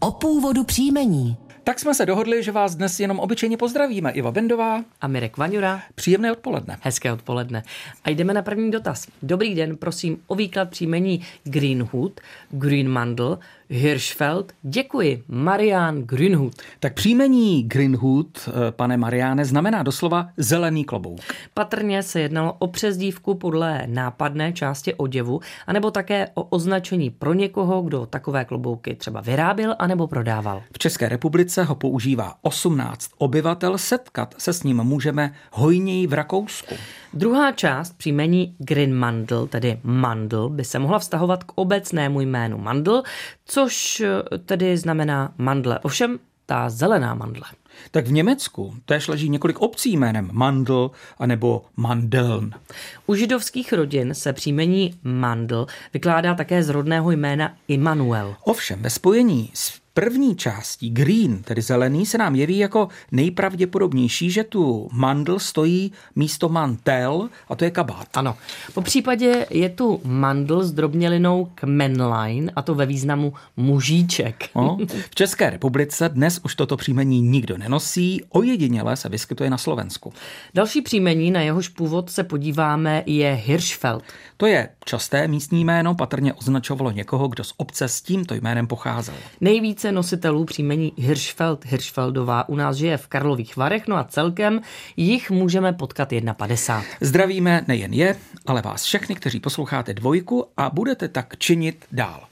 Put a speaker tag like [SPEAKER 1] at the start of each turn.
[SPEAKER 1] o původu příjmení.
[SPEAKER 2] Tak jsme se dohodli, že vás dnes jenom obyčejně pozdravíme. Iva Bendová,
[SPEAKER 3] A Mirek Vanjura,
[SPEAKER 2] příjemné odpoledne.
[SPEAKER 3] hezké odpoledne. A jdeme na první dotaz. Dobrý den, prosím o výklad příjmení Greenhood, Greenmandl, Hirschfeld. Děkuji, Marian Greenhood.
[SPEAKER 2] Tak příjmení Greenhood, eh, pane Mariáne, znamená doslova zelený klobouk.
[SPEAKER 3] Patrně se jednalo o přezdívku podle nápadné části oděvu, anebo také o označení pro někoho, kdo takové klobouky třeba vyráběl anebo prodával.
[SPEAKER 2] V České republice ho používá 18 obyvatel, setkat se s ním můžeme hojněji v Rakousku.
[SPEAKER 3] Druhá část příjmení Grinmandl, tedy mandl, by se mohla vztahovat k obecnému jménu mandl, což eh, tedy znamená mandle. Ovšem, ta zelená mandle.
[SPEAKER 2] Tak v Německu též leží několik obcí jménem Mandl anebo Mandeln.
[SPEAKER 3] U židovských rodin se příjmení mandl vykládá také z rodného jména Immanuel.
[SPEAKER 2] Ovšem ve spojení s první částí green, tedy zelený, se nám jeví jako nejpravděpodobnější, že tu mandl stojí místo mantel a to je kabát.
[SPEAKER 3] Ano. Po případě je tu mandl s drobnělinou kmenlein, a to ve významu mužíček.
[SPEAKER 2] No, v České republice dnes už toto příjmení nikdo nenosí, ojediněle se vyskytuje na Slovensku.
[SPEAKER 3] Další příjmení, na jehož původ se podíváme, je Hirschfeld.
[SPEAKER 2] To je časté místní jméno, patrně označovalo někoho, kdo z obce s tímto jménem pocházel.
[SPEAKER 3] Nejvíce nositelů příjmení Hirschfeld, Hirschfeldová u nás žije v Karlových Varech, no a celkem jich můžeme potkat 51.
[SPEAKER 2] Zdravíme nejen je, ale vás všechny, kteří posloucháte dvojku a budete tak činit dál.